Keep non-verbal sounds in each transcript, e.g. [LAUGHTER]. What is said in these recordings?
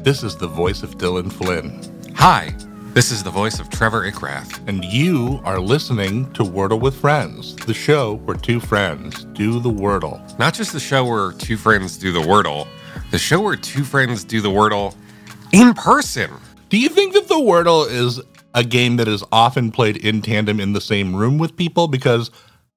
This is the voice of Dylan Flynn, Hi, this is the voice of Trevor Ickrath. and you are listening to Wordle with Friends, the show where two friends do the Wordle. Not just the show where two friends do the Wordle, the show where two friends do the Wordle in person. Do you think that the Wordle is a game that is often played in tandem in the same room with people? Because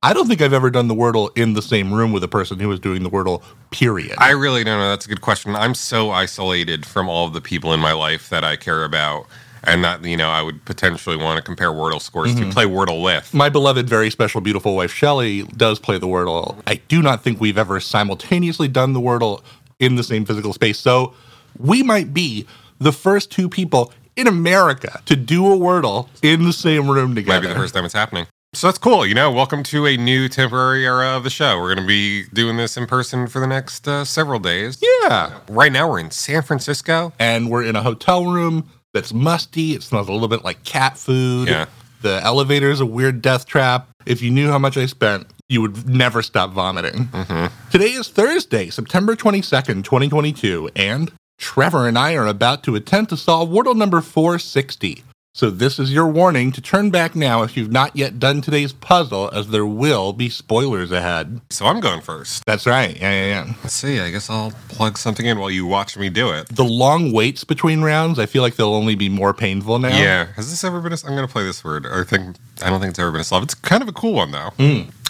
I don't think I've ever done the Wordle in the same room with a person who was doing the Wordle, period. I really don't know. That's a good question. I'm so isolated from all of the people in my life that I care about and that, you know, I would potentially want to compare Wordle scores to play Wordle with. my beloved, very special, beautiful wife Shelley does play the Wordle. I do not think we've ever simultaneously done the Wordle in the same physical space. So we might be the first two people in America to do a Wordle in the same room Might together. be the first time it's happening. So that's cool. You know, welcome to a new temporary era of the show. We're going to be doing this in person for the next uh, several days. Yeah. Right now, we're in San Francisco. And we're in a hotel room that's musty. It smells a little bit like cat food. Yeah. The elevator is a weird death trap. If you knew how much I spent, you would never stop vomiting. Mm-hmm. Today is Thursday, September 22nd, 2022, and Trevor and I are about to attempt to solve Wordle number 460. So, this is your warning to turn back now if you've not yet done today's puzzle, as there will be spoilers ahead. So I'm going first. That's right. Yeah, yeah, yeah. Let's see. I guess I'll plug something in while you watch me do it. The long waits between rounds, I feel like they'll only be more painful now. Yeah. Has this ever been? A, I'm going to play this word. I think I don't think it's ever been a solve. It's kind of a cool one though.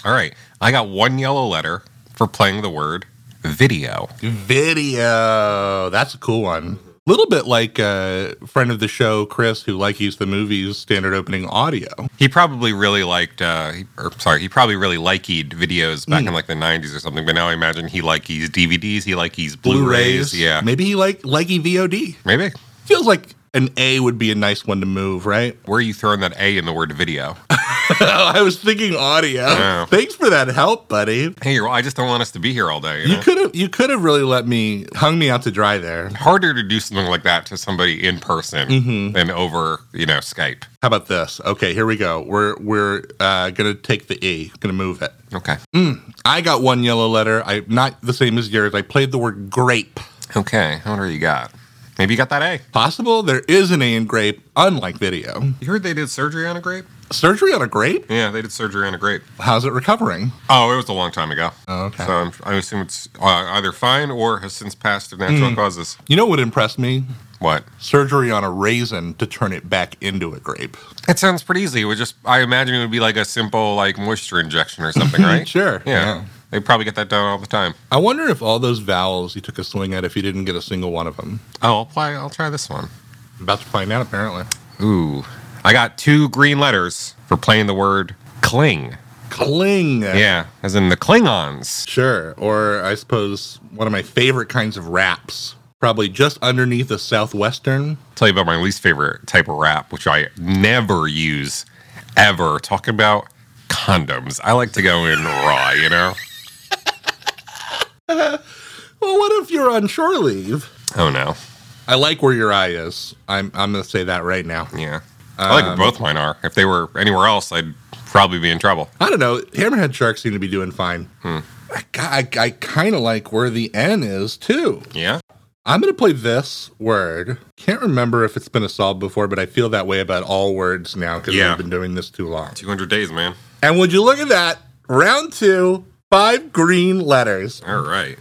All right. I got one yellow letter for playing the word video. Video. That's a cool one. A little bit like a friend of the show, Chris, who like used the movie's standard opening audio. He probably really liked, uh, he- or sorry, he probably really liked videos back in like the 90s or something. But now I imagine he likes DVDs. He likes Blu-rays. Yeah. Maybe he like likey VOD. Maybe. Feels like an A would be a nice one to move, right? [LAUGHS] Where are you throwing that A in the word video? [LAUGHS] I was thinking audio. Yeah. Thanks for that help, buddy. hey, well, I just don't want us to be here all day. You You know? could have you could have really let me hung me out to dry there. harder to do something like that to somebody in person than over, you know, Skype. How about this? Okay, here we go. We're we're uh, gonna take the E. Gonna move it. Okay. I got one yellow letter. I not the same as yours. I played the word grape. Okay. I wonder what you got. Maybe you got that A. Possible there is an A in grape, unlike video. You heard they did surgery on a grape? Surgery on a grape? Yeah, they did surgery on a grape. How's it recovering? Oh, it was a long time ago. Oh, okay. So I'm, I assume it's uh, either fine or has since passed of natural causes. You know what impressed me? What? Surgery on a raisin to turn it back into a grape. It sounds pretty easy. It would just, I imagine it would be like a simple, like, moisture injection or something, right? [LAUGHS] Sure, Yeah. yeah. They probably get that done all the time. I wonder if all those vowels you took a swing at, if you didn't get a single one of them. Oh, I'll, play, I'll try this one. About to find out, apparently. Ooh. I got two green letters for playing the word cling. Cling. Yeah, as in the Klingons. Sure. Or I suppose one of my favorite kinds of wraps. Probably just underneath a southwestern. Tell you about my least favorite type of rap, which I never use ever. Talk about condoms. I like to go in raw, you know? Well, what if you're on shore leave? Oh no. I like where your eye is. I'm I'm gonna say that right now. Yeah. I like where Um, both mine are. If they were anywhere else, I'd probably be in trouble. I don't know. Hammerhead sharks seem to be doing fine. Hmm. I, I, I kind of like where the N is too. Yeah? I'm going to play this word. Can't remember if it's been a solve before, but I feel that way about all words now because Yeah. we've been doing this too long. 200 days, man. And would you look at that? Round two, five green letters. All right.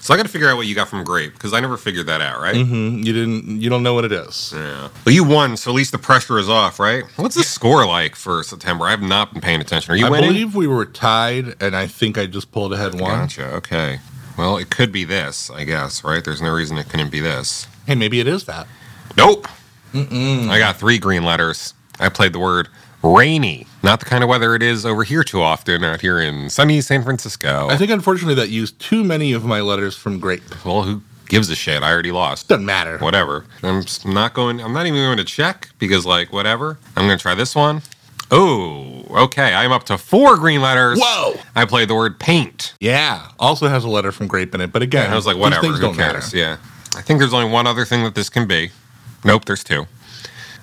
So I got to figure out what you got from grape because I never figured that out, right? hmm You didn't. You don't know what it is. Yeah. Well, you won, so at least the pressure is off, right? What's the score like for September? I've not been paying attention. Are you I winning? believe we were tied, and I think I just pulled ahead one. Gotcha. Okay. Well, it could be this, I guess, right? There's no reason it couldn't be this. Hey, maybe it is that. Nope. Mm-mm. I got three green letters. I played the word rainy. Not the kind of weather it is over here too often out here in sunny San Francisco. I think unfortunately that used too many of my letters from grape. well, who gives a shit? I already lost. Doesn't matter. Whatever. I'm s- not going, I'm not even going to check because, like, whatever. I'm going to try this one. Oh, okay. I'm up to four green letters. Whoa. I played the word paint. Yeah. Also has a letter from grape in it, but again, I was like, these whatever, things who don't cares? matter. Yeah. I think there's only one other thing that this can be. Nope, there's two.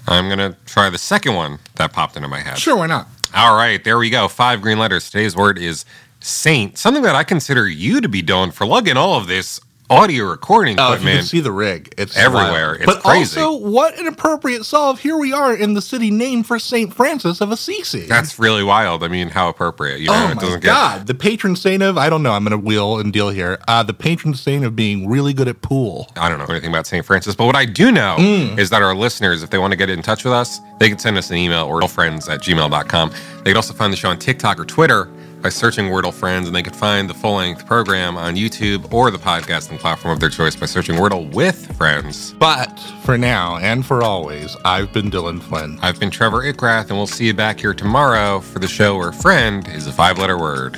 I'm gonna try the second one that popped into my head. Sure, why not? All right, there we go. Five green letters. Today's word is saint. Something that I consider you to be doing for lugging all of this audio recording Oh, if you equipment. can see the rig. It's everywhere. wild. It's but crazy. also, what an appropriate solve. Here we are in the city named for St. Francis of Assisi. That's really wild. I mean, how appropriate. You know, Oh it my doesn't God! The patron saint of I don't know. I'm gonna wheel and deal here. Uh, the patron saint of being really good at pool. get. I don't know anything about St. Francis, but what I do know is that our listeners, if they want to get in touch with us, they can send us an email, wordlefriends at gmail.com. They can also find the show on TikTok or Twitter by searching Wordle Friends, and they can find the full length program on YouTube or the podcasting platform of their choice by searching Wordle with Friends. But for now and for always, I've been Dylan Flynn. I've been Trevor Ickrath, and we'll see you back here tomorrow for the show where friend is a five letter word.